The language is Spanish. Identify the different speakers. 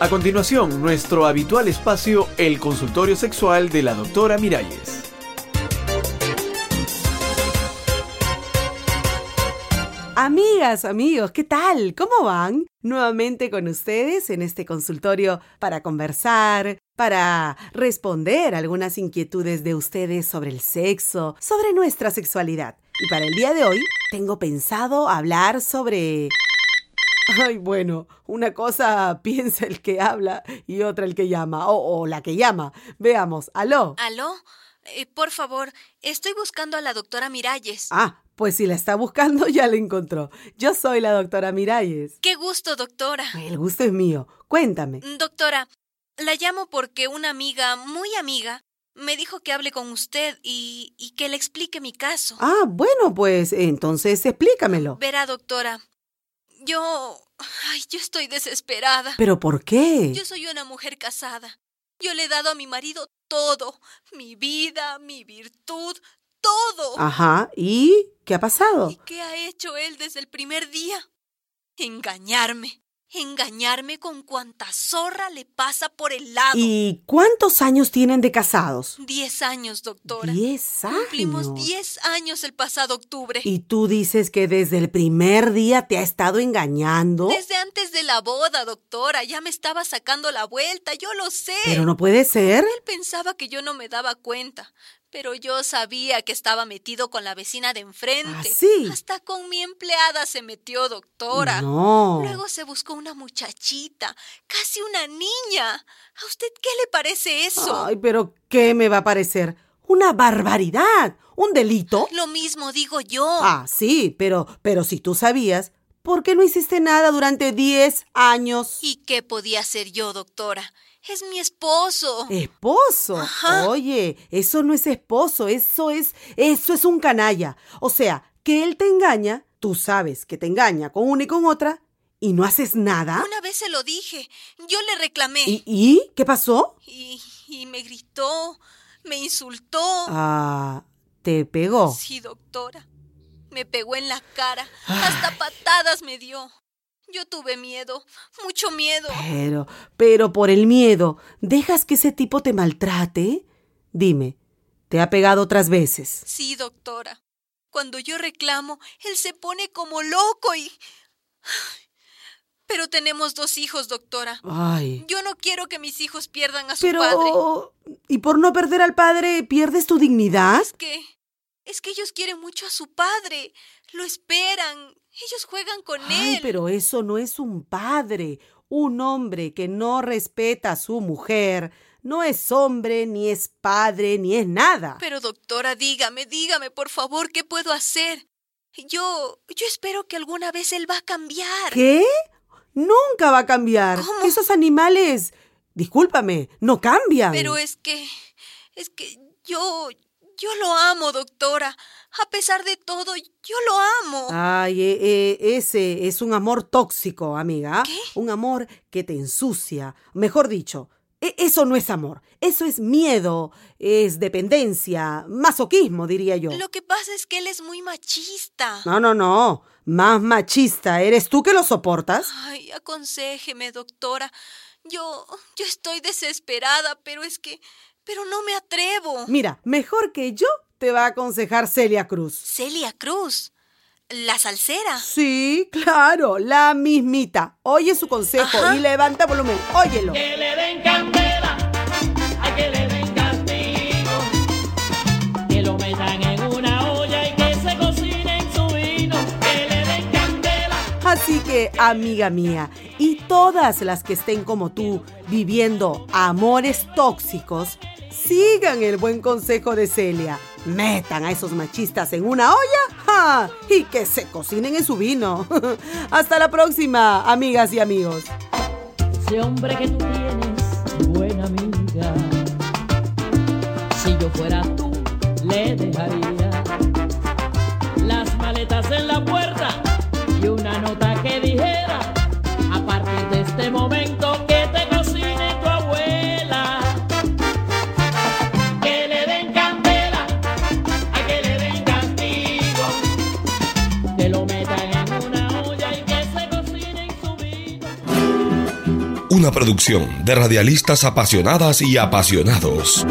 Speaker 1: A continuación, nuestro habitual espacio, el consultorio sexual de la doctora Miralles.
Speaker 2: Amigas, amigos, ¿qué tal? ¿Cómo van? Nuevamente con ustedes en este consultorio para conversar, para responder algunas inquietudes de ustedes sobre el sexo, sobre nuestra sexualidad. Y para el día de hoy tengo pensado hablar sobre... Ay, bueno, una cosa piensa el que habla y otra el que llama, o, o la que llama. Veamos, aló.
Speaker 3: ¿Aló? Eh, por favor, estoy buscando a la doctora Miralles.
Speaker 2: Ah, pues si la está buscando, ya la encontró. Yo soy la doctora Miralles.
Speaker 3: ¡Qué gusto, doctora!
Speaker 2: El gusto es mío. Cuéntame.
Speaker 3: Doctora, la llamo porque una amiga, muy amiga, me dijo que hable con usted y, y que le explique mi caso.
Speaker 2: Ah, bueno, pues entonces explícamelo.
Speaker 3: Verá, doctora, yo... Ay, yo estoy desesperada.
Speaker 2: ¿Pero por qué?
Speaker 3: Yo soy una mujer casada. Yo le he dado a mi marido todo. Mi vida, mi virtud, todo.
Speaker 2: Ajá, ¿y qué ha pasado?
Speaker 3: ¿Y qué ha hecho él desde el primer día? Engañarme. Engañarme con cuanta zorra le pasa por el lado.
Speaker 2: ¿Y cuántos años tienen de casados?
Speaker 3: Diez años, doctora.
Speaker 2: Diez años.
Speaker 3: Cumplimos diez años el pasado octubre.
Speaker 2: ¿Y tú dices que desde el primer día te ha estado engañando?
Speaker 3: Desde antes de la boda, doctora. Ya me estaba sacando la vuelta, yo lo sé.
Speaker 2: Pero no puede ser.
Speaker 3: Él pensaba que yo no me daba cuenta. Pero yo sabía que estaba metido con la vecina de enfrente.
Speaker 2: ¿Ah, sí?
Speaker 3: Hasta con mi empleada se metió, doctora.
Speaker 2: No.
Speaker 3: Luego se buscó una muchachita, casi una niña. ¿A usted qué le parece eso?
Speaker 2: Ay, pero ¿qué me va a parecer? Una barbaridad, un delito.
Speaker 3: Lo mismo digo yo.
Speaker 2: Ah, sí, pero pero si tú sabías, ¿por qué no hiciste nada durante 10 años?
Speaker 3: ¿Y qué podía hacer yo, doctora? Es mi esposo.
Speaker 2: ¿Esposo?
Speaker 3: Ajá.
Speaker 2: Oye, eso no es esposo, eso es, eso es un canalla. O sea, que él te engaña, tú sabes que te engaña con una y con otra, y no haces nada.
Speaker 3: Una vez se lo dije. Yo le reclamé.
Speaker 2: ¿Y, y? qué pasó?
Speaker 3: Y, y me gritó, me insultó.
Speaker 2: Ah, oh. te pegó.
Speaker 3: Sí, doctora. Me pegó en la cara. Hasta patadas me dio. Yo tuve miedo, mucho miedo.
Speaker 2: Pero, pero por el miedo, ¿dejas que ese tipo te maltrate? Dime, ¿te ha pegado otras veces?
Speaker 3: Sí, doctora. Cuando yo reclamo, él se pone como loco y... Pero tenemos dos hijos, doctora.
Speaker 2: Ay.
Speaker 3: Yo no quiero que mis hijos pierdan a su padre.
Speaker 2: Pero... ¿Y por no perder al padre pierdes tu dignidad?
Speaker 3: Es que... Es que ellos quieren mucho a su padre. Lo esperan. Ellos juegan con
Speaker 2: Ay,
Speaker 3: él.
Speaker 2: pero eso no es un padre. Un hombre que no respeta a su mujer no es hombre, ni es padre, ni es nada.
Speaker 3: Pero doctora, dígame, dígame, por favor, ¿qué puedo hacer? Yo, yo espero que alguna vez él va a cambiar.
Speaker 2: ¿Qué? Nunca va a cambiar.
Speaker 3: ¿Cómo?
Speaker 2: Esos animales, discúlpame, no cambian.
Speaker 3: Pero es que, es que yo, yo lo amo, doctora. A pesar de todo, yo lo amo.
Speaker 2: Ay, e- e- ese es un amor tóxico, amiga.
Speaker 3: ¿Qué?
Speaker 2: Un amor que te ensucia. Mejor dicho, e- eso no es amor. Eso es miedo, es dependencia, masoquismo, diría yo.
Speaker 3: Lo que pasa es que él es muy machista.
Speaker 2: No, no, no. Más machista. ¿Eres tú que lo soportas?
Speaker 3: Ay, aconséjeme, doctora. Yo, yo estoy desesperada, pero es que, pero no me atrevo.
Speaker 2: Mira, mejor que yo te va a aconsejar Celia Cruz.
Speaker 3: Celia Cruz, la salsera.
Speaker 2: Sí, claro, la mismita. Oye su consejo
Speaker 3: Ajá.
Speaker 2: y levanta volumen. Óyelo.
Speaker 4: Que le den candela, a que le den castigo. Que lo metan en una olla y que se cocine en su vino. Que le den candela.
Speaker 2: Así que, amiga mía, y todas las que estén como tú viviendo amores tóxicos, sigan el buen consejo de Celia. Metan a esos machistas en una olla ¡ja! y que se cocinen en su vino. Hasta la próxima, amigas y amigos.
Speaker 4: Ese hombre que tú tienes, buena amiga. Si yo fuera tú, le dejaría las maletas en la puerta y una nota que dijera: A partir de este momento, que te cocine tu abuela. Que le den candela, a que le den castigo. Que lo metan en una olla y que se cocine en su vino.
Speaker 5: una producción de radialistas apasionadas y apasionados.